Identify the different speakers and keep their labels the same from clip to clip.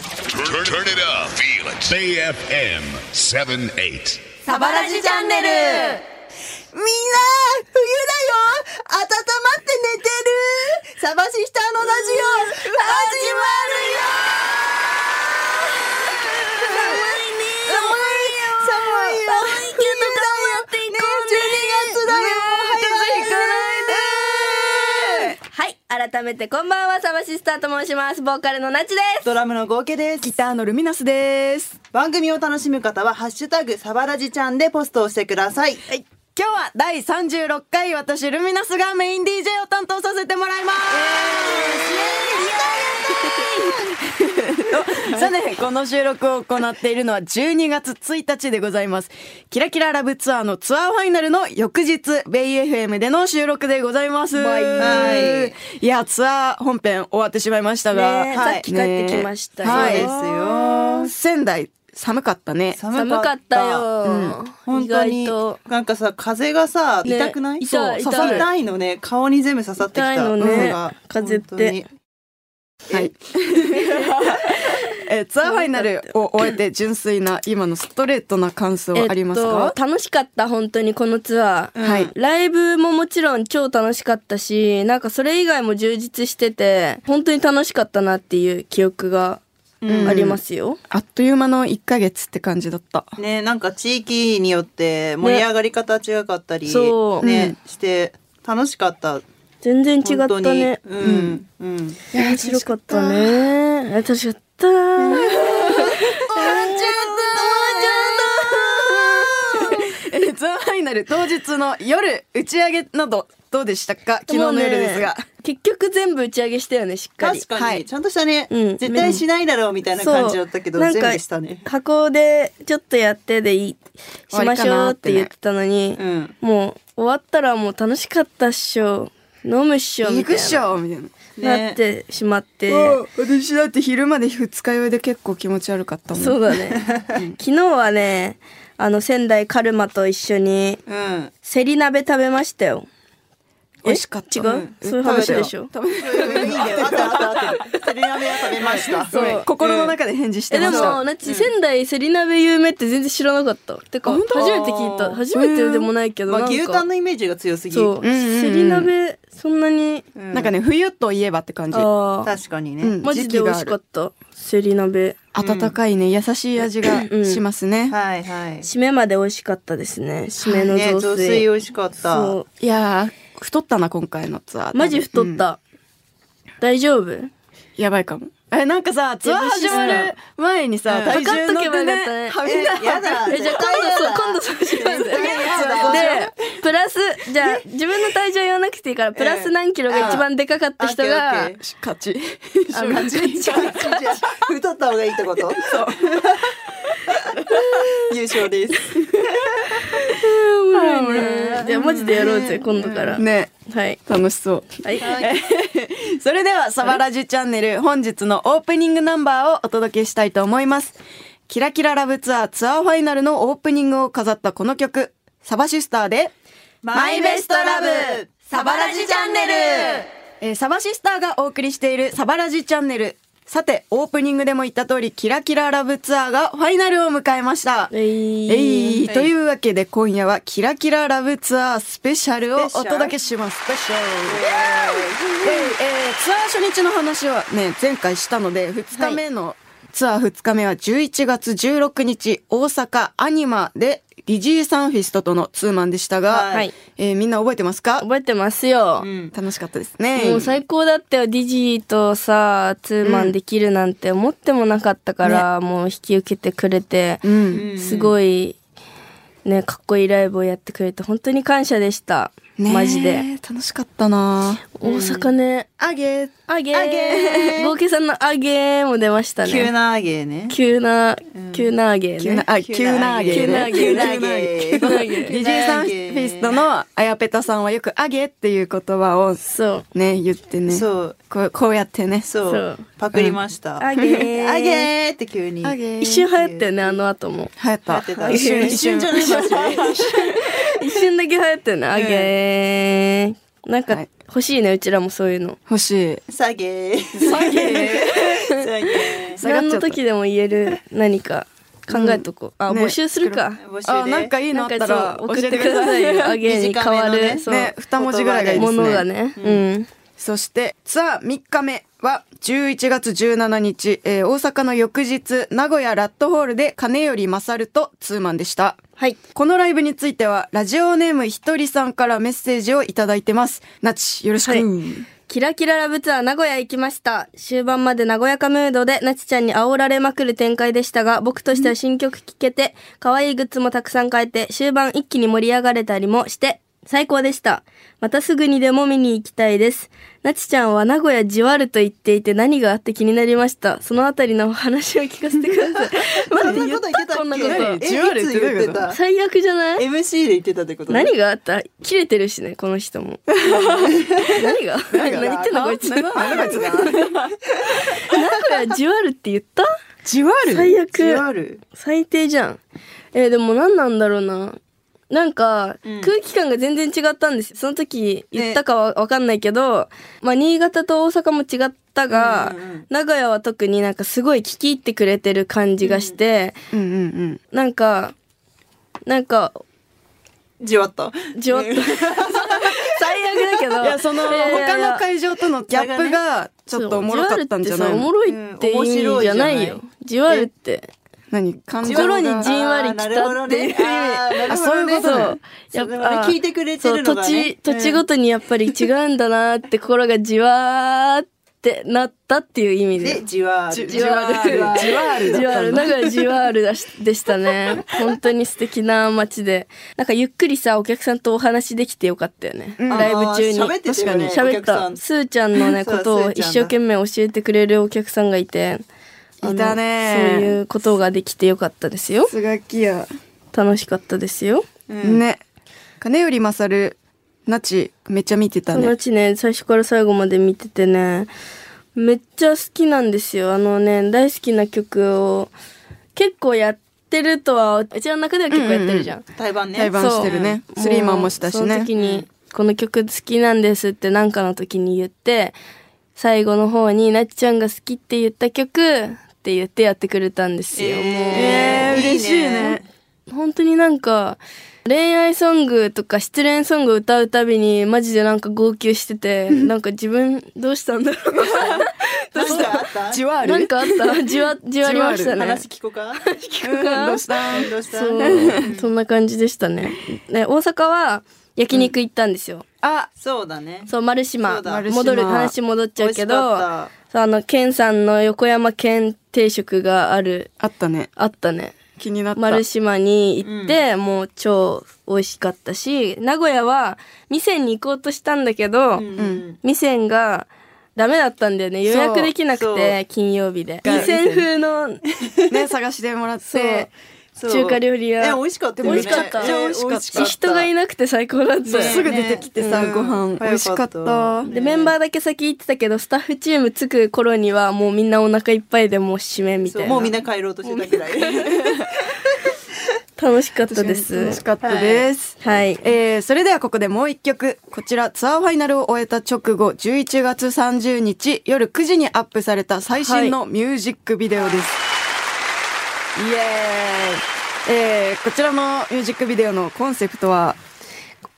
Speaker 1: Turn, turn it up. Feel it. AFM 78.
Speaker 2: サバラジチャンネルみんな冬だよ温まって寝てるサバシスターのラジオ始まるよ寒いよ寒いけど頑張っていこうね12月だよ早くはい改めてこんばんはサバシスターと申しますボーカルのなちです
Speaker 3: ドラムの合計です。ギターのルミナスです。番組を楽しむ方は、ハッシュタグ、サバラジちゃんでポストをしてください。はい。
Speaker 4: 今日は第36回私ルミナスがメイン DJ を担当させてもらい ますさてこの収録を行っているのは12月1日でございますキラキララブツアーのツアーファイナルの翌日ベイ FM での収録でございます
Speaker 2: バイバイ
Speaker 4: いやツアー本編終わってしまいましたが、
Speaker 2: ねえさっき帰ってきましたよ
Speaker 4: はい
Speaker 3: そうですよ
Speaker 4: 仙台寒かったね
Speaker 2: 寒かった。よ、
Speaker 3: 本
Speaker 2: 意
Speaker 3: 当
Speaker 2: 外
Speaker 3: に
Speaker 2: と、
Speaker 3: なんかさ、風がさ、
Speaker 2: ね
Speaker 3: 痛くない
Speaker 2: 痛
Speaker 3: そう
Speaker 2: い痛い
Speaker 3: 刺さ痛いのね、顔に全部刺さってきた。
Speaker 2: 痛いのね
Speaker 3: 風が
Speaker 2: 風って
Speaker 3: 本当に
Speaker 4: はい。 えツアーファイナルを終えて純粋な今のストレートな感想ありますか、
Speaker 2: と、楽しかった本当にこのツアー、
Speaker 4: はい
Speaker 2: ライブももちろん超楽しかったしなんかそれ以外も充実してて本当に楽しかったなっていう記憶がありますよ、
Speaker 4: あっという間の1ヶ月って感じだった。
Speaker 3: ね、なんか地域によって盛り上がり方違かったり、
Speaker 2: ねそう
Speaker 3: ね、して、楽しかった。
Speaker 2: 全然違っ
Speaker 3: 本
Speaker 2: た
Speaker 3: 当に
Speaker 2: ね
Speaker 3: うん。うん。
Speaker 2: 面白かったね楽しかった終わっちゃった終わっちゃった
Speaker 4: え ツアーファイナル当日の夜打ち上げなどどうでしたか昨日の夜ですが
Speaker 2: も。うね結局全部打ち上げしたよねしっかり
Speaker 3: 確かに、
Speaker 4: はい
Speaker 3: ちゃんとしたね、
Speaker 2: うん
Speaker 3: 絶対しないだろうみたいな感じだったけど
Speaker 2: そう
Speaker 3: 全部したね
Speaker 2: 箱でちょっとやってでいいしましょうって言ってたのに、
Speaker 3: うん
Speaker 2: もう終わったらもう楽しかったっしょ飲むっしょみ
Speaker 4: 行
Speaker 2: た
Speaker 4: く
Speaker 2: い
Speaker 4: っしょみたいな。
Speaker 2: な、
Speaker 3: ね
Speaker 2: なってしまって、
Speaker 4: もう私だって昼まで二日酔いで結構気持ち悪かったもん。
Speaker 2: そうだね昨日はねあの仙台カルマと一緒に
Speaker 3: うん
Speaker 2: せり鍋食べましたよ
Speaker 4: 美味しかっ
Speaker 2: え違
Speaker 4: た。
Speaker 2: うそういう話でしょ
Speaker 4: 食べたよ食べた
Speaker 3: いいねあったあったあ ったテレビ鍋は食べました
Speaker 4: ごめん心の中で返事して
Speaker 2: えで
Speaker 4: ました。
Speaker 2: もなっち、仙台せり鍋有名って全然知らなかったてか
Speaker 4: あ
Speaker 2: 初
Speaker 4: 本当
Speaker 2: めて聞いた初めてでもないけど、
Speaker 3: まあ、
Speaker 2: なんか
Speaker 3: 牛タンのイメージが強すぎ
Speaker 2: そう
Speaker 4: うんうんうん
Speaker 2: せり鍋そんなに
Speaker 3: うん
Speaker 4: なんかね冬といえばって感じ。
Speaker 2: ああ
Speaker 3: 確かにね、
Speaker 4: うん
Speaker 2: マジで美味しかったセリ鍋
Speaker 4: 温かいね優しい味が
Speaker 2: うん
Speaker 4: しますね、
Speaker 3: はいはい
Speaker 2: 締めまで美味しかったですね締めの
Speaker 3: ね
Speaker 2: 雑炊,、
Speaker 3: 雑炊美味しかった
Speaker 2: そ
Speaker 4: いやー太ったな今回のツアー
Speaker 2: うマジ太っ、た、大丈夫
Speaker 4: うんやばいかもえなんかさツアー始まる前にさ
Speaker 3: うん
Speaker 4: 体重乗っ
Speaker 2: 測っとけば
Speaker 4: て
Speaker 2: よ
Speaker 4: ね
Speaker 2: かったね
Speaker 4: はみ
Speaker 3: え
Speaker 4: 出
Speaker 3: やだ
Speaker 2: えじゃあ今度そう今度そうします
Speaker 3: や
Speaker 2: でプラスじゃあ自分の体重言わなくていいからプラス何キロが一番でかかった人
Speaker 3: あ
Speaker 2: が
Speaker 3: オッケーオッケ
Speaker 4: し勝ち
Speaker 2: あの
Speaker 3: だじゃあ太った方がいいってことそう優勝です
Speaker 2: じゃあマジでやろうぜ今度から、
Speaker 4: ね
Speaker 2: はい
Speaker 4: 楽しそう
Speaker 2: はい、
Speaker 4: それではサバラジチャンネル本日のオープニングナンバーをお届けしたいと思います。キラキララブツアーツアーファイナルのオープニングを飾ったこの曲、サバシスターで、
Speaker 3: マイベストラブサバラジチャンネル
Speaker 4: えーサバシスターがお送りしているサバラジチャンネル。さて、オープニングでも言った通り、キラキララブツアーがファイナルを迎えました。
Speaker 2: えい
Speaker 4: えいというわけで今夜はキラキララブツアースペシャルをお届けします。スペシャル。えーツアー初日の話はね、前回したので、2日目の、ツアー2日目は11月16日、大阪アニマで、リジーさんフィストとのツーマンでしたが、
Speaker 2: はい
Speaker 4: えーみんな覚えてますか
Speaker 2: 覚えてますよ、
Speaker 4: 楽しかったですね。
Speaker 2: もう最高だったよディジーとさツーマンできるなんて思ってもなかったから、もう引き受けてくれて、
Speaker 4: うん。
Speaker 2: すごいねかっこいいライブをやってくれて本当に感謝でした、
Speaker 4: ねえ
Speaker 2: マジで。
Speaker 4: 楽しかったな
Speaker 2: 大阪ね、
Speaker 4: あげ
Speaker 2: あげー
Speaker 3: あげー
Speaker 2: 合計さんのあげーも出ましたね
Speaker 3: 急な揚げね
Speaker 2: 急な急なあげーね
Speaker 4: 急な、あ、急なあげ。
Speaker 2: 急なあげ
Speaker 3: 急なあげ
Speaker 2: 急なあげ
Speaker 4: リジーさんフィストのあやぺたさんはよく「あげ」っていう言葉を
Speaker 2: そう
Speaker 4: ね言ってね
Speaker 3: そう
Speaker 4: こうこうやってね
Speaker 3: そう
Speaker 2: そう
Speaker 3: パクりました、
Speaker 2: あげー
Speaker 3: あげーって急に
Speaker 4: あげ
Speaker 2: 一瞬流行ったよねあの後も
Speaker 4: 流行っ
Speaker 3: や
Speaker 4: た
Speaker 3: ってた
Speaker 4: 一瞬
Speaker 3: 一瞬じゃ
Speaker 4: 一
Speaker 3: ないマジで
Speaker 2: 一瞬だけ流行ったよねあげー、なんか、
Speaker 4: はい
Speaker 2: 欲しいねうちらもそういうの
Speaker 4: 欲し
Speaker 3: 下げー。
Speaker 4: い。下げ。
Speaker 3: 下げー。
Speaker 2: 何
Speaker 4: 下がっちゃった
Speaker 2: の時でも言える何か考えとこう、あ、
Speaker 4: ね
Speaker 2: 募集するか
Speaker 3: 募集で。
Speaker 4: あ、なんかいいのあ
Speaker 2: な
Speaker 4: っ
Speaker 2: んか
Speaker 4: たら
Speaker 2: そう送
Speaker 4: 教
Speaker 2: って
Speaker 4: えて
Speaker 2: く
Speaker 4: くだ
Speaker 2: だ
Speaker 4: さ
Speaker 2: さ
Speaker 4: い
Speaker 2: い
Speaker 4: よ。
Speaker 2: よあげに変
Speaker 3: 短
Speaker 2: わ
Speaker 3: めの
Speaker 2: る
Speaker 3: ね
Speaker 2: そう
Speaker 4: ね、二文字ぐらいがいいです
Speaker 2: も
Speaker 4: ね。
Speaker 2: のがねうん
Speaker 4: そしてツアー3日目は11月17日、えー大阪の翌日名古屋ラットホールで金より勝るとツーマンでした。
Speaker 2: はい
Speaker 4: このライブについてはラジオネームひとりさんからメッセージをいただいてます。なちよろしく。
Speaker 2: はいキラキララブツアー名古屋行きました。終盤まで和やかムードで、なちちゃんに煽られまくる展開でしたが、僕としては新曲聴けて、可愛いグッズもたくさん買えて、終盤一気に盛り上がれたりもして、最高でした。またすぐにでも見に行きたいです。なちちゃんは名古屋じわると言っていて何があって気になりました。そのあたりのお話を聞かせてください。
Speaker 3: そんなこと言ってたっけ
Speaker 2: こんなこ
Speaker 3: え
Speaker 2: と。
Speaker 4: じわる
Speaker 3: い
Speaker 4: っ
Speaker 3: つ
Speaker 4: てどう
Speaker 3: 言っ
Speaker 4: い
Speaker 3: て
Speaker 4: うこと
Speaker 3: た
Speaker 2: 最悪じゃない
Speaker 3: MC で言ってたってこと
Speaker 2: 何があった切れてるしね、この 人も。何が 何言ってんのこいつ。名
Speaker 3: あなんか違
Speaker 2: 古屋じわるって言った
Speaker 4: じわる
Speaker 2: 最
Speaker 3: うじわ
Speaker 2: 悪。
Speaker 3: る
Speaker 2: 最低じゃん。えーでも何なんだろうな。なんか、
Speaker 3: うん
Speaker 2: 空気感が全然違ったんですよその時言ったかはわかんないけど、まあ新潟と大阪も違ったが、
Speaker 3: うんうんうん
Speaker 2: 名古屋は特になんかすごい聞き入ってくれてる感じがして、
Speaker 4: うんうんうん。
Speaker 2: なんか、なんか、
Speaker 3: じわった
Speaker 2: じ わっと。 最悪だけど。
Speaker 4: いや、その、
Speaker 2: いやいやいや
Speaker 4: 他の会場とのギャップがちょっとおもろかったんじゃない
Speaker 2: そうおも
Speaker 4: の
Speaker 2: ろいって意味じゃないよ。じわるって。
Speaker 4: 何感情が
Speaker 2: 心にじんわり
Speaker 3: あ
Speaker 2: 来
Speaker 3: ーなるほ
Speaker 2: た
Speaker 3: ど
Speaker 2: っていう
Speaker 3: ね
Speaker 2: 意味。
Speaker 3: あーなるほ
Speaker 4: そう
Speaker 3: ど
Speaker 4: い
Speaker 3: ね
Speaker 4: うことね
Speaker 2: そ
Speaker 3: そ
Speaker 2: う。
Speaker 3: うでもね聞いてくれてるのがね
Speaker 2: そう土地、土地ごとにやっぱり違うんだなって心がじわーってなったっていう意味で
Speaker 3: で。じわる
Speaker 4: じわる。じわるだっ
Speaker 2: じわ
Speaker 4: た
Speaker 2: る。
Speaker 4: ん
Speaker 2: な
Speaker 4: だ。
Speaker 2: んかじわるだしでしたね。 本当に素敵な街で。なんかゆっくりさ、お客さんとお話できてよかったよね。
Speaker 4: ん
Speaker 2: ライブ中に。
Speaker 3: あー喋ってたよねお
Speaker 2: 喋っ
Speaker 3: 客さ
Speaker 2: た。
Speaker 3: ん
Speaker 2: すーちゃんのね、
Speaker 3: そう
Speaker 2: ことを
Speaker 3: スーち
Speaker 2: 一
Speaker 3: ゃんだ
Speaker 2: 生懸命教えてくれるお客さんがいて。あの
Speaker 4: いたね
Speaker 2: そういうことができてよかったですよ。
Speaker 4: すがきや。
Speaker 2: 楽しかったですよ。
Speaker 3: うん
Speaker 4: ね。金より勝る、なち、めっちゃ見てた
Speaker 2: 友
Speaker 4: ね。
Speaker 2: 達ね最初から最後まで見ててねめっちゃ好きなんですよあのね大好きな曲を結構やってるとはうちの中では結構やってるじゃん、
Speaker 3: 台湾ね
Speaker 4: 対バンしてるね。スリーマンもしたし
Speaker 2: その
Speaker 4: ね。
Speaker 2: 時に「この曲好きなんです」ってなんかの時に言って最後の方に「なっちゃんが好きって言った曲」って言ってやってくれたんですよ、もう
Speaker 4: えー、
Speaker 3: いいね
Speaker 4: 嬉しいね。
Speaker 2: 本当になんか恋愛ソングとか失恋ソング歌うたびにマジでなんか号泣しててなんか自分どうしたんだろ
Speaker 3: 何かあった
Speaker 4: じわ
Speaker 2: う
Speaker 4: る。
Speaker 2: なんかあった じわじわりましたね
Speaker 3: 話聞こう か
Speaker 4: うんどうした
Speaker 3: どうした
Speaker 2: そうそんな感じでしたねね大阪は焼肉行ったんですよ、
Speaker 4: あ、
Speaker 3: そうだね
Speaker 2: そう丸島
Speaker 3: そうだ丸
Speaker 4: 島
Speaker 2: 戻る話戻っちゃう
Speaker 3: 美味
Speaker 2: けど
Speaker 3: しかっ
Speaker 2: そうあの健さんの横山県定食がある
Speaker 4: あったね。
Speaker 2: あったね
Speaker 4: 気になった。
Speaker 2: 丸島に行って、もう超美味しかったし名古屋は店に行こうとしたんだけど、
Speaker 3: うん
Speaker 2: 店がダメだったんだよね予約できな
Speaker 3: そ
Speaker 2: く
Speaker 3: う
Speaker 2: て金曜日で
Speaker 3: が
Speaker 2: 店風の
Speaker 4: ね、探してもらっ
Speaker 2: そう
Speaker 4: て。
Speaker 3: そう
Speaker 2: 中華料理屋
Speaker 3: え美味しかったよね
Speaker 2: 美味しかった
Speaker 3: めちゃめちゃ美味しかった
Speaker 2: 人がいなくて最高だった
Speaker 4: そう
Speaker 2: よ
Speaker 4: すぐ出てきてさ、
Speaker 3: ね
Speaker 4: ご
Speaker 3: うん
Speaker 4: 飯。美味しかっ
Speaker 3: 早か
Speaker 4: た。
Speaker 2: でメンバーだけ先行ってたけどスタッフチーム着く頃にはもうみんなお腹いっぱいでもう締めみたい
Speaker 3: そう
Speaker 2: な
Speaker 3: もうみんな帰ろうとしてたぐ らい
Speaker 2: 楽しかったで
Speaker 4: 楽し
Speaker 2: す
Speaker 4: かったです。
Speaker 2: はい
Speaker 4: えーそれではここでもう一曲。こちらツアーファイナルを終えた直後、11月30日夜9時にアップされた最新のミュージックビデオです。イエーイ、えーこちらのミュージックビデオのコンセプトは、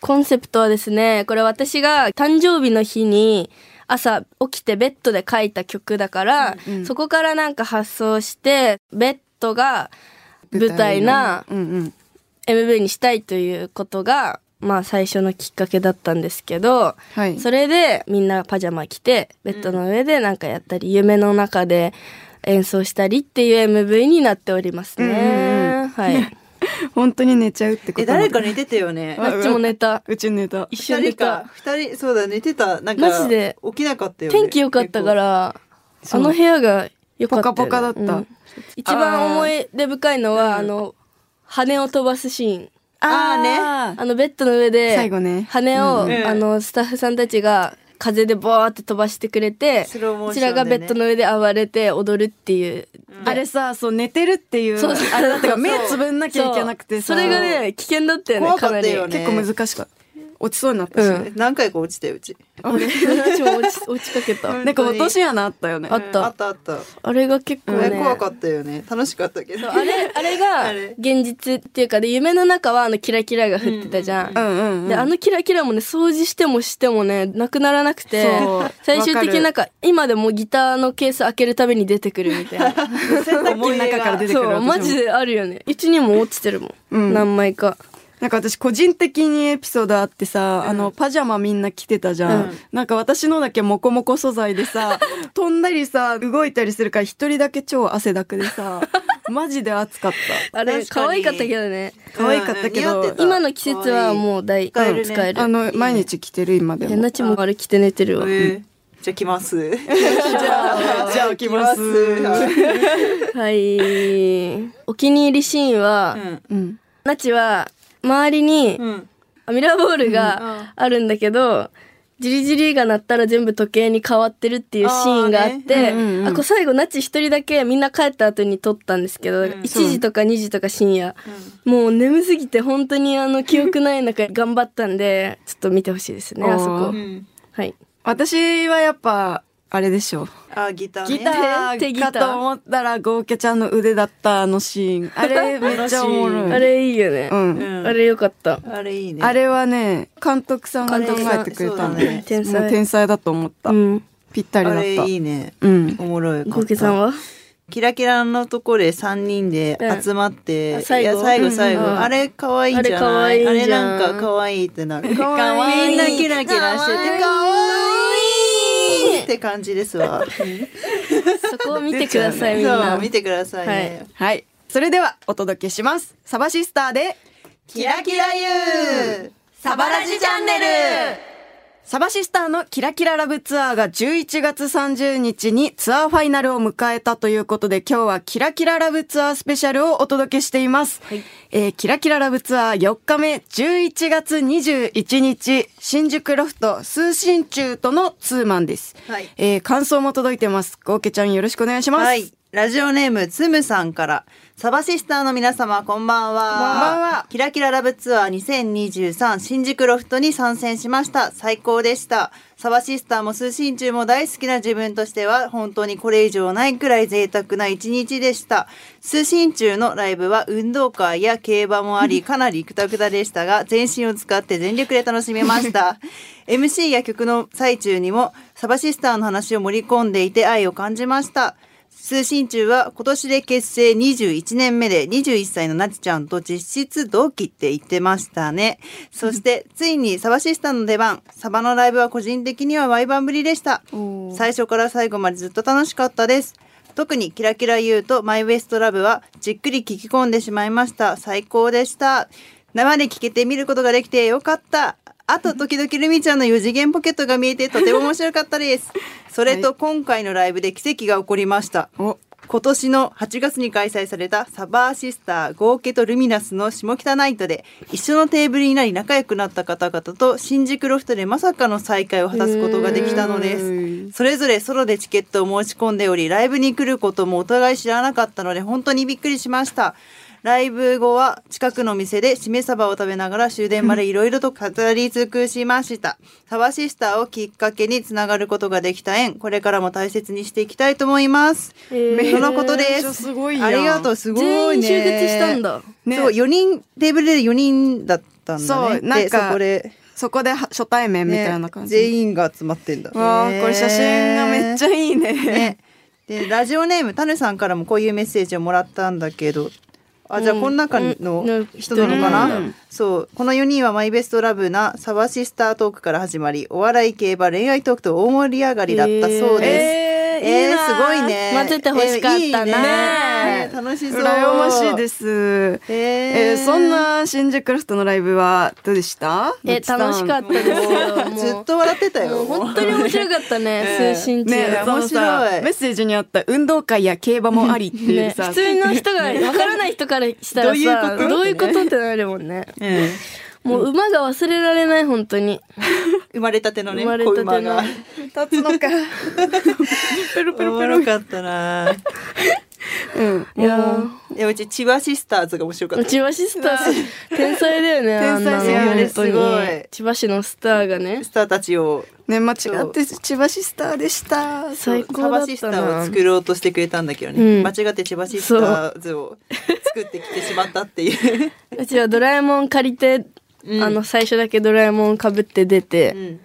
Speaker 2: コンセプトはですね、これ私が誕生日の日に朝起きてベッドで書いた曲だから、そこからなんか発想して、ベッドが舞台な
Speaker 4: うんうん。
Speaker 2: MV にしたいということが、まあ最初のきっかけだったんですけど、
Speaker 4: はい
Speaker 2: それでみんなパジャマ着て、ベッドの上でなんかやったり、夢の中で演奏したりっていう MV になっておりますね。はい。
Speaker 4: 本当に寝ちゃうってこと
Speaker 3: え誰か寝てたよ ね
Speaker 2: あっちも寝た。
Speaker 4: うち寝た。
Speaker 2: 一緒
Speaker 3: 二
Speaker 2: に寝
Speaker 3: 人
Speaker 2: た
Speaker 3: か。二人そうだ寝てたなん
Speaker 2: マ
Speaker 3: か
Speaker 2: ジで
Speaker 3: 起きなかったよね
Speaker 2: 天気良かったから、あ
Speaker 4: う
Speaker 2: の部屋が良かったよね、
Speaker 4: ポカポカだった
Speaker 2: うん一番思い出深いのは、あの、羽を飛ばすシーン。
Speaker 3: あ
Speaker 4: ーね。
Speaker 2: あの、ベッドの上で、
Speaker 4: 最後ね
Speaker 2: 羽を、
Speaker 3: ん
Speaker 2: あの、スタッフさんたちが、風でボーって飛ばしてくれて、
Speaker 3: スローモ
Speaker 2: こ
Speaker 3: ー
Speaker 2: ち
Speaker 3: ションで
Speaker 2: ら
Speaker 3: ね
Speaker 2: がベッドの上で暴れて踊るっていう。
Speaker 4: あれさ、そう寝てるっていう、
Speaker 2: そうそう
Speaker 4: あれだったから目つぶんなきゃいけなくてさ
Speaker 2: そうそれがね、危険だったよね、
Speaker 3: 怖か
Speaker 2: か
Speaker 3: った
Speaker 2: な
Speaker 3: よ
Speaker 2: り。
Speaker 3: ね
Speaker 4: 結構難しかった。落ちそうになったし、
Speaker 2: うん
Speaker 4: ね
Speaker 3: 何回か落ちてうち。
Speaker 2: 私も落ち落ちかけた。
Speaker 4: なんか落とし穴あったよね
Speaker 2: あった
Speaker 3: あったあった。
Speaker 2: あれが結構
Speaker 3: あれ
Speaker 2: ね。
Speaker 3: 怖かったよね。楽しかったけど。
Speaker 2: あれ、あれが
Speaker 3: あれ
Speaker 2: 現実っていうかで、夢の中はあのキラキラが降ってたじゃん。
Speaker 4: うんうんうん
Speaker 2: で、あのキラキラもね、掃除してもしてもね、なくならなくて
Speaker 4: そう、
Speaker 2: 最終的にな
Speaker 4: わ
Speaker 2: んか、今でもギターのケース開けるたびに出てくるみたいな。
Speaker 3: 洗濯
Speaker 4: 思いの中から出てくる
Speaker 2: そう、
Speaker 4: 私も
Speaker 2: マジであるよね。うちにも落ちてるもん。
Speaker 4: うん
Speaker 2: 何枚か。
Speaker 4: なんか私個人的にエピソードあってさ、あのパジャマみんな着てたじゃん、
Speaker 3: うん
Speaker 4: なんか私のだけモコモコ素材で さ飛んだりさ動いたりするから一人だけ超汗だくで さマジで暑かっ
Speaker 2: あれ、
Speaker 3: 確かに
Speaker 2: 可愛かったけどね。
Speaker 4: た可愛かっ
Speaker 3: う
Speaker 4: たけ
Speaker 3: ん似合
Speaker 4: ど
Speaker 3: って
Speaker 2: 今の季節はもう大
Speaker 3: 可愛い
Speaker 2: うん使える。
Speaker 4: あの毎日着てる今で
Speaker 2: いや、
Speaker 4: も
Speaker 2: なちもあれ着て寝てるわ。
Speaker 3: えーじゃあ来 ます。 じゃ
Speaker 4: じゃあ来ます
Speaker 2: はい。お気に入りシーンは、
Speaker 3: うん。
Speaker 4: うん
Speaker 2: なちは、周りに、
Speaker 3: うん。
Speaker 2: ミラーボールがあるんだけど、ジリジリが鳴ったら全部時計に変わってるっていうシーンがあって、あ,、
Speaker 4: あーねうんうんうん
Speaker 2: こう最後ナチ一人だけみんな帰った後に撮ったんですけど、1時とか2時とか深夜、もう眠すぎて本当にあの記憶ない中 頑張ったんで、ちょっと見てほしいですね、あそ
Speaker 4: あ
Speaker 2: こ
Speaker 3: う
Speaker 4: ー。
Speaker 3: ん。
Speaker 2: はい。
Speaker 4: 私はやっぱあれでしょう
Speaker 3: あ、ギターね。
Speaker 4: ギタ
Speaker 2: 手
Speaker 4: ー
Speaker 2: ギター
Speaker 4: かと思ったらゴーケちゃんの腕だったあのシーン あれめっちゃおもろい
Speaker 2: あれいいよね。
Speaker 4: うん
Speaker 3: うん
Speaker 2: あれよかった。
Speaker 3: あれいいね。
Speaker 4: あれはね監督さんが
Speaker 2: 監
Speaker 4: 考
Speaker 2: 督さん
Speaker 4: えてくれたん
Speaker 3: そうだ
Speaker 4: で
Speaker 3: ね
Speaker 2: 天才
Speaker 4: もう天才だと思った、
Speaker 2: うん。
Speaker 4: ぴったりだ
Speaker 3: あ
Speaker 4: っ
Speaker 3: れ
Speaker 4: た
Speaker 3: いいね。
Speaker 4: うん
Speaker 3: おもろい。
Speaker 2: ゴケさんは
Speaker 3: キラキラのところで3人で集まって、
Speaker 2: うんあ最後
Speaker 3: いや最
Speaker 2: う
Speaker 3: 後
Speaker 2: ん
Speaker 3: 最後、
Speaker 2: うん
Speaker 3: あれ可愛いじゃない
Speaker 2: あれ可愛いじゃん
Speaker 3: あれなんか可愛いってなる
Speaker 4: 可愛い
Speaker 3: みんなキラキラしてて可愛い
Speaker 2: い
Speaker 3: って感じですわ
Speaker 2: そこを見てくだ さい、みん
Speaker 3: そ
Speaker 2: な
Speaker 3: う。見てくださいね、
Speaker 4: はいそれではお届けしますサバシスターで
Speaker 3: キラキラユー
Speaker 4: サバラジチャンネルサバシスターのキラキララブツアーが11月30日にツアーファイナルを迎えたということで今日はキラキララブツアースペシャルをお届けしています、えーキラキララブツアー4日目11月21日新宿ロフト通信中とのツーマンです、
Speaker 3: はい
Speaker 4: えー感想も届いてますゴーケちゃんよろしくお願いします、
Speaker 3: はい。ラジオネームつむさんから。サバシスターの皆様、こんばんは。
Speaker 4: こんばんは
Speaker 3: キラキララブツアー2023新宿ロフトに参戦しました。最高でした。サバシスターも通信中も大好きな自分としては、本当にこれ以上ないくらい贅沢な一日でした。通信中のライブは運動会や競馬もあ り、かなりくたくたでしたが、全身を使って全力で楽しめま した。MC や曲の最中にも、サバシスターの話を盛り込んでいて愛を感じました。通信中は今年で結成21年目で21歳のなちちゃんと実質同期って言ってましたね。そしてついにサバシスタの出番、サバのライブは個人的にはワイバンぶりでした。最初から最後までずっと楽しかったです。特にキラキラ U とマイウエストラブはじっくり聞き込んでしまいました。最高でした。生で聞けて見ることができてよかった。あと、時々ルミちゃんの4次元ポケットが見えてとても面白かったです。それと今回のライブで奇跡が起こりました。
Speaker 4: お
Speaker 3: 今年の8月に開催されたサバーシスター合計とルミナスの下北ナイトで一緒のテーブルになり仲良くなった方々と新宿ロフトでまさかの再会を果たすことができたので
Speaker 4: う
Speaker 3: すそれぞれソロでチケットを申し込んでおりライブに来ることもお互い知らなかったので本当にびっくりしましたライブ後は近くの店でしめ鯖を食べながら終電までいろいろと語り尽くしました。サバシスターをきっかけにつながることができた縁、これからも大切にしていきたいと思います。
Speaker 2: えー
Speaker 3: そのことで
Speaker 4: めっちゃ
Speaker 3: す。
Speaker 4: すごいやん
Speaker 3: ありがとう、すご
Speaker 2: 全
Speaker 3: い
Speaker 2: 員
Speaker 3: ね。
Speaker 2: 集結したんだ。
Speaker 4: ね
Speaker 3: そう、4人、テーブルで4人だったんだね。
Speaker 4: そうなんか
Speaker 3: でそこで、
Speaker 4: そこでは初対面み
Speaker 3: ね
Speaker 4: たいな感じ、
Speaker 3: 全員が集まってんだ。
Speaker 4: わあ、これ写真がめっちゃいいね。
Speaker 3: ね。で、ラジオネーム、タネさんからもこういうメッセージをもらったんだけど、あ、じゃあ、
Speaker 2: うん
Speaker 3: この中の
Speaker 2: うん
Speaker 3: 人なのかな、
Speaker 4: うん
Speaker 3: そう、この4人はマイベストラブなサバシスタートークから始まり、お笑い、競馬、恋愛トークと大盛り上がりだったそうです。
Speaker 4: えー
Speaker 3: え
Speaker 4: いい
Speaker 3: ー
Speaker 4: な
Speaker 3: すごいね。
Speaker 2: 混ぜて欲しかったな
Speaker 3: えーいいね
Speaker 4: ねえ
Speaker 3: 楽しそう。。
Speaker 4: 羨ましいですす。
Speaker 3: えー
Speaker 4: えーそんな新宿ロフトのライブはどうでした？
Speaker 2: え楽しかったですよ。
Speaker 3: ず
Speaker 2: も
Speaker 3: っと笑ってた
Speaker 2: うも
Speaker 3: よ。
Speaker 2: う本当に面白かったね。通信中。
Speaker 4: ね
Speaker 3: え
Speaker 4: そ
Speaker 3: 面
Speaker 4: のさ
Speaker 3: 白い
Speaker 4: メッセージにあった運動会や競馬もありっていう
Speaker 2: ね
Speaker 4: さ、
Speaker 2: 普通の人がわからない人からしたらさ、
Speaker 4: ど
Speaker 2: どういうことってなるもんね。
Speaker 3: うん
Speaker 2: もう馬が忘れられない本当に。
Speaker 3: 生まれたてのね、
Speaker 2: 生まれたての
Speaker 3: 子馬が。
Speaker 4: 立つのか。ペロペ
Speaker 3: お
Speaker 4: ロ
Speaker 3: も
Speaker 4: ペ
Speaker 3: ろ
Speaker 4: ロ。
Speaker 3: かったな。
Speaker 2: いや
Speaker 3: いやうち千葉シスターズが面白かっ
Speaker 2: ー
Speaker 3: た
Speaker 2: 千葉シスターズ天才だよねあんなの
Speaker 4: 天才だよね
Speaker 2: 本当に
Speaker 3: すごい
Speaker 2: 千葉市のスターがね
Speaker 3: スターたちを
Speaker 4: ね間違って千葉シスターでした
Speaker 2: 最
Speaker 3: サ
Speaker 2: 高だ
Speaker 3: バ
Speaker 2: っ
Speaker 3: シスタ
Speaker 2: た
Speaker 3: ーを
Speaker 2: な
Speaker 3: 作ろうとしてくれたんだけどね、
Speaker 2: うん
Speaker 3: 間違って千葉シスターズを作ってきてしまったっていう
Speaker 2: うちはドラえもん借りて、
Speaker 3: うん
Speaker 2: あの最初だけドラえもんかぶって出て、
Speaker 3: うん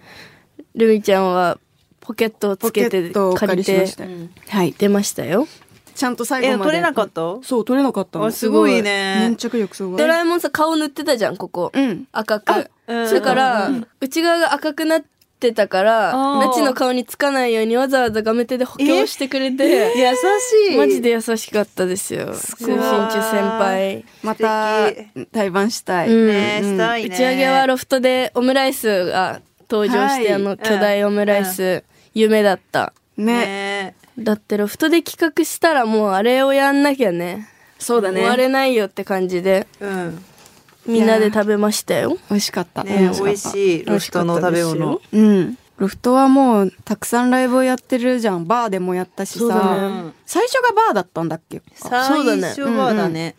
Speaker 2: ルミちゃんはポケットをつ
Speaker 4: ポ
Speaker 2: け
Speaker 4: ケ
Speaker 2: て
Speaker 4: ットを
Speaker 2: 借
Speaker 4: 借
Speaker 2: り
Speaker 4: りて
Speaker 2: て
Speaker 3: うん
Speaker 4: はい
Speaker 2: 出ましたよ
Speaker 4: ちゃんと最
Speaker 3: え
Speaker 4: 後まで
Speaker 3: 取れなかった
Speaker 4: そう取れなかったの
Speaker 3: あすごいね
Speaker 4: 粘着力すごい
Speaker 2: ドラえもんさ顔塗ってたじゃんここ、
Speaker 4: うん
Speaker 2: 赤く
Speaker 3: うん
Speaker 2: だから、
Speaker 3: うん
Speaker 2: 内側が赤くなってたから
Speaker 3: あー
Speaker 2: ナチの顔につかないようにわざわざガム手で補強してくれ
Speaker 3: 優
Speaker 2: て
Speaker 3: しい
Speaker 2: マジで優しかったですよ
Speaker 3: ごい
Speaker 2: 通信中先輩
Speaker 4: また
Speaker 3: 素
Speaker 4: 対バンしたい、
Speaker 2: うん
Speaker 3: ねしたいね
Speaker 2: 打ち上げはロフトでオムライスが登場して、
Speaker 4: はい
Speaker 2: あの巨大オムライス、夢だった
Speaker 4: ね
Speaker 3: ね
Speaker 2: だってロフトで企画したらもうあれをやんなきゃね
Speaker 4: そうだ
Speaker 2: 終われないよって感じで
Speaker 3: うん
Speaker 2: みんなで食べましたよ
Speaker 4: 美味しかった、
Speaker 3: ね
Speaker 4: し
Speaker 3: 美味
Speaker 4: い
Speaker 3: しいロフトの食べ物
Speaker 4: うんロフトはもうたくさんライブをやってるじゃんバーでもやったし
Speaker 2: そうだ
Speaker 4: さ、
Speaker 3: ね
Speaker 4: 最初がバーだったんだっけ
Speaker 3: 最
Speaker 2: そうだね
Speaker 3: 初はだね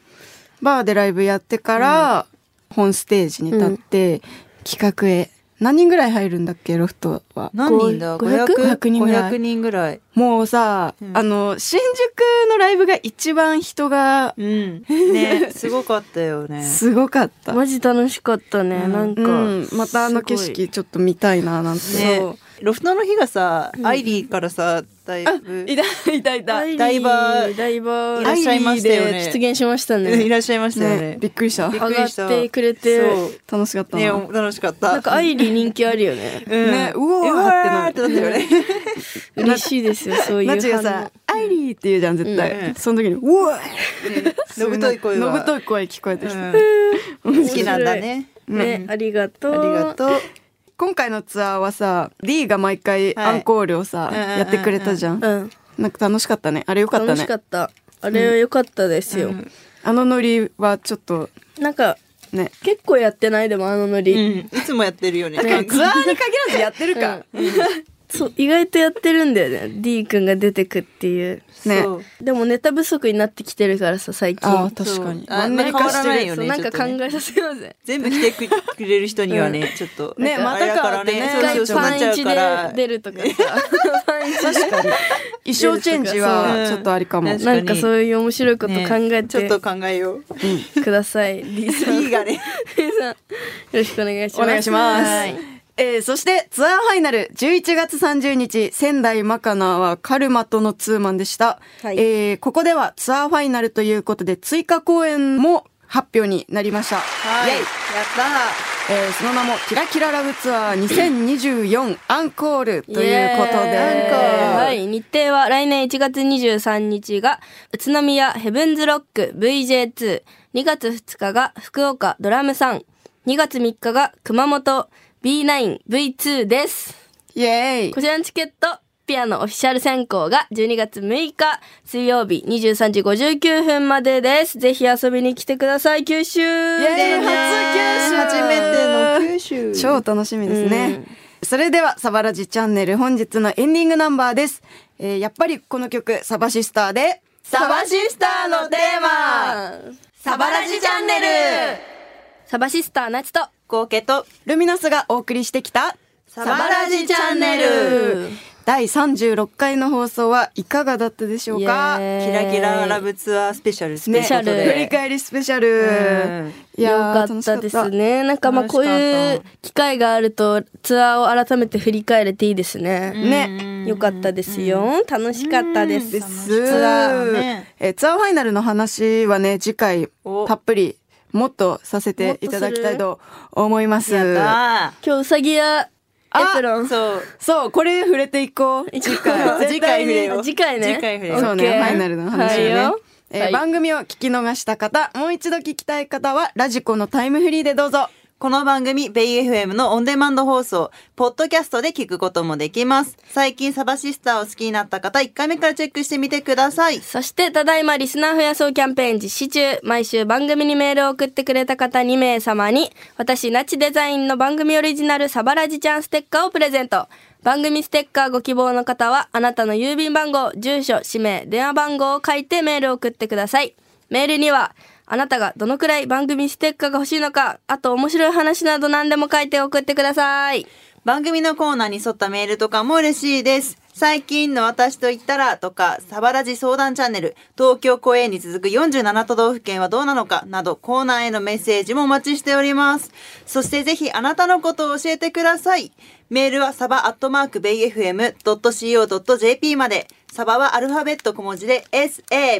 Speaker 4: バーでライブやってから本ステージに立って企画へ何人ぐらい入るんだっけロフトは
Speaker 3: 何人だ
Speaker 2: 500
Speaker 4: 500人ぐらい
Speaker 3: 500人ぐらい
Speaker 4: もうさ、
Speaker 3: うん
Speaker 4: あの新宿のライブが一番人が
Speaker 3: うんねすごかったよね
Speaker 4: すごかった、
Speaker 2: マジ楽しかったね、
Speaker 3: うん
Speaker 2: なんか、
Speaker 4: うん、またあの景
Speaker 2: すごい
Speaker 4: 色ちょっと見たいななんて、
Speaker 3: ね
Speaker 4: そう
Speaker 3: ロフトの日がさアイリーからさだいぶ
Speaker 4: いたいたいた
Speaker 2: ダイビー
Speaker 3: ダイバー
Speaker 2: ダイバー
Speaker 3: いらっしゃいましたよね
Speaker 2: アイリーで出現しました
Speaker 3: うんい
Speaker 2: ね
Speaker 3: らっしゃいましたよ
Speaker 4: ね
Speaker 3: ね
Speaker 4: びっくりした
Speaker 3: びっ
Speaker 2: 上
Speaker 3: く
Speaker 2: が
Speaker 3: り
Speaker 2: っ
Speaker 3: した
Speaker 2: てくれて
Speaker 3: そう
Speaker 4: 楽しかったな、
Speaker 3: ねお楽しかった
Speaker 2: なんかアイリー人気あるよね
Speaker 3: うん
Speaker 4: ねうお
Speaker 3: え
Speaker 4: ー
Speaker 3: ーってなったよね
Speaker 2: 嬉しいですよそういう
Speaker 4: ナチが
Speaker 2: 反応
Speaker 4: さ「アイリー」って言うじゃん絶対、
Speaker 3: うん
Speaker 4: その時に「うわ
Speaker 3: のぶとい声
Speaker 4: のぶと
Speaker 3: はい
Speaker 4: 声聞こえてきた、
Speaker 3: うん好きなんだね
Speaker 2: ね、ありがと
Speaker 3: あ
Speaker 2: う
Speaker 3: りがとう
Speaker 4: 今回のツアーはさ D が毎回アンコールをさ、
Speaker 3: うんうんうんうん
Speaker 4: やってくれたじゃん、
Speaker 2: うん
Speaker 4: なんか楽しかったねあれよかった
Speaker 2: 楽
Speaker 4: ね
Speaker 2: しかったあれは良かったですよ、
Speaker 4: あのノリはちょっと
Speaker 2: なんか
Speaker 4: ね
Speaker 2: 結構やってないでもあのノリ、
Speaker 3: うんいつもやってるよね
Speaker 4: だからツアーに限らずやってるか、
Speaker 2: そう意外とやってるんだよね D 君が出てくっていう
Speaker 4: ね
Speaker 3: そう
Speaker 2: でもネタ不足になってきてるからさ最近
Speaker 4: ああ確かに
Speaker 3: そうあ
Speaker 4: マンネリ化して
Speaker 3: 変わらない
Speaker 4: る
Speaker 3: よね
Speaker 4: よ
Speaker 2: そうなんか
Speaker 3: ちょっと
Speaker 2: 考
Speaker 3: ね
Speaker 2: えさせようぜ
Speaker 3: 全部来てくくれる人にはねちょっと
Speaker 4: ね
Speaker 3: なん
Speaker 4: またかってね
Speaker 3: あれだ
Speaker 2: 一
Speaker 3: からそう
Speaker 2: 回
Speaker 3: そう
Speaker 2: パ
Speaker 3: なっちゃ
Speaker 2: ン
Speaker 3: う
Speaker 2: イチ
Speaker 3: から
Speaker 2: で出ると かさパンイチで
Speaker 4: 衣装チェンジはちょっとありかも、
Speaker 3: うん
Speaker 2: なんかそういう面白いこと考え
Speaker 3: ねちょってと考えよう
Speaker 2: ください D さん
Speaker 3: B がね
Speaker 2: D さんよろしくお願いします
Speaker 4: お願いします。
Speaker 2: はい
Speaker 4: えーそしてツアーファイナル11月30日仙台マカナはカルマとのツーマンでした、
Speaker 2: はい
Speaker 4: えーここではツアーファイナルということで追加公演も発表になりました、
Speaker 3: はい
Speaker 4: イ
Speaker 3: や
Speaker 4: エイ
Speaker 3: っ
Speaker 4: えーその名も「キラキララブツアー2024アンコール」ということで
Speaker 2: イエーイ
Speaker 4: は
Speaker 2: はいい、日程は来年1月23日が宇都宮ヘブンズロック VJ22 月2日が福岡ドラムさん2月3日が熊本 B9V2 です
Speaker 4: イエーイ
Speaker 2: こちらのチケットピアノオフィシャル選考が12月6日水曜日23時59分までですぜひ遊びに来てください九州イ
Speaker 4: エーイ
Speaker 3: た
Speaker 4: 初
Speaker 3: 初
Speaker 4: 九州
Speaker 3: めての九州
Speaker 4: 超楽しみですね、それではサバラジチャンネル本日のエンディングナンバーです、えーやっぱりこの曲サバシスターで
Speaker 2: サバシスターのテーマサ
Speaker 3: バラジチャンネル
Speaker 2: サバシスターなちと
Speaker 3: 合計と
Speaker 4: ルミナスがお送りしてきた
Speaker 3: サバラジチャンネ
Speaker 2: ル
Speaker 4: 第36回の放送はいかがだったでしょうか
Speaker 2: イ
Speaker 4: ね
Speaker 2: エ
Speaker 3: キ
Speaker 2: ーイ
Speaker 3: ラキララブツアースペシャルスペシャル
Speaker 2: ね
Speaker 4: 振り返りスペシャ
Speaker 3: う
Speaker 4: ル、
Speaker 3: ん
Speaker 4: い
Speaker 2: よ
Speaker 4: やー
Speaker 2: かったですねなんかまあ
Speaker 3: 楽し
Speaker 2: こ
Speaker 3: かっ
Speaker 2: う
Speaker 3: た
Speaker 2: いう機会があるとツアーを改めて振り返れていいですね、
Speaker 4: ね
Speaker 2: よかったですよ楽しかったです
Speaker 4: で
Speaker 3: ツアー
Speaker 4: す、
Speaker 3: ね
Speaker 4: えーツアーファイナルの話はね次回
Speaker 3: お
Speaker 4: たっぷりもっとさせていただきたいと思います
Speaker 3: やっ
Speaker 2: 今日うさぎやエプロ
Speaker 3: た
Speaker 2: ン
Speaker 3: そう
Speaker 4: そうこれ触れていこう
Speaker 2: 次
Speaker 3: 回
Speaker 2: 次
Speaker 3: 次回触
Speaker 2: 回
Speaker 3: れよ
Speaker 2: ね
Speaker 3: う
Speaker 2: 次回ね
Speaker 3: 次回触れよ
Speaker 2: オッケー
Speaker 4: そうね、ファイナルの話をね。
Speaker 2: はいよ
Speaker 4: えー
Speaker 2: はい
Speaker 4: 番組を聞き逃した方、もう一度聞きたい方は、ラジコのタイムフリーでどうぞ。
Speaker 3: この番組、ベイ FM のオンデマンド放送、ポッドキャストで聞くこともできます。最近サバシスターを好きになった方、1回目からチェックしてみてください。
Speaker 2: そしてただいまリスナー増やそうキャンペーン実施中毎週番組にメールを送ってくれた方2名様に私ナチデザインの番組オリジナルサバラジちゃんステッカーをプレゼント番組ステッカーご希望の方はあなたの郵便番号住所氏名電話番号を書いてメールを送ってくださいメールにはあなたがどのくらい番組ステッカーが欲しいのかあと面白い話など何でも書いて送ってください
Speaker 3: 番組のコーナーに沿ったメールとかも嬉しいです。最近の私と言ったらとか、サバラジ相談チャンネル、東京公演に続く47都道府県はどうなのかなど、コーナーへのメッセージもお待ちしております。そしてぜひあなたのことを教えてください。メールはサバアットマークベイ FM.co.jp まで。サバはアルファベット小文字で saba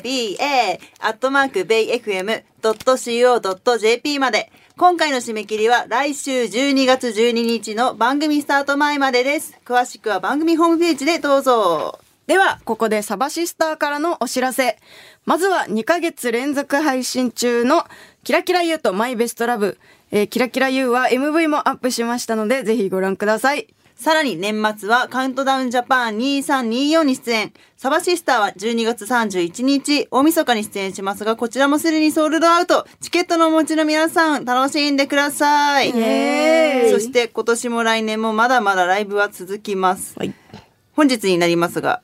Speaker 3: アットマークベイ FM.co.jp まで。今回の締め切りは来週12月12日の番組スタート前までです。詳しくは番組ホームページでどうぞ。
Speaker 4: では、ここでサバシスターからのお知らせ。まずは2ヶ月連続配信中のキラキラ U とマイベストラブ。えーキラキラ U は MV もアップしましたので、ぜひご覧ください。
Speaker 3: さらに年末はカウントダウンジャパン2324に出演。サバシスターは12月31日、大晦日に出演しますが、こちらもすでにソールドアウト。チケットのお持ちの皆さん、楽しんでください。
Speaker 2: エーイ
Speaker 3: そして今年も来年もまだまだライブは続きます。本日になりますが、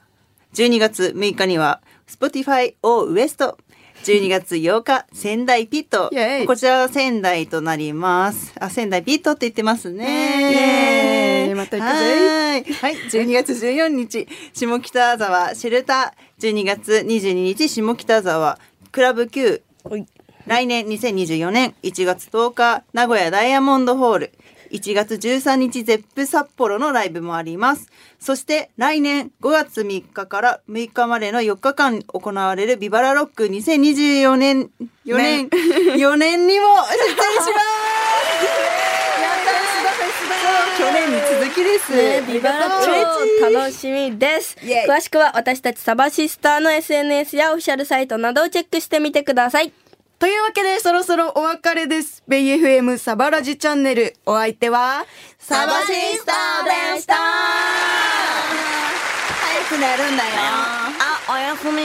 Speaker 3: 12月6日には、Spotify をウエスト。12月8日、仙台ピット
Speaker 4: イエーイ。
Speaker 3: こちらは仙台となります。あ、仙台ピットって言ってますね。
Speaker 4: イエーイまた行くぜ
Speaker 3: はい。はい。12月14日、下北沢シェルター。12月22日、下北沢クラブ Q。来年2024年1月10日、名古屋ダイヤモンドホール。1月13日、ゼップ札幌のライブもあります。そして来年5月3日から6日までの4日間行われるビバラロック2024年、4年、4年にも出演しますそう去年に続きです。
Speaker 2: ね、ビバラ超楽しみです
Speaker 3: イエイ
Speaker 2: 詳しくは私たちサバシスターの SNS やオフィシャルサイトなどをチェックしてみてください
Speaker 4: というわけで、そろそろお別れです。ベイ FM サバラジチャンネル。お相手は、
Speaker 3: サバシスターでした早くなるんだよ。
Speaker 4: あ、おやすみ。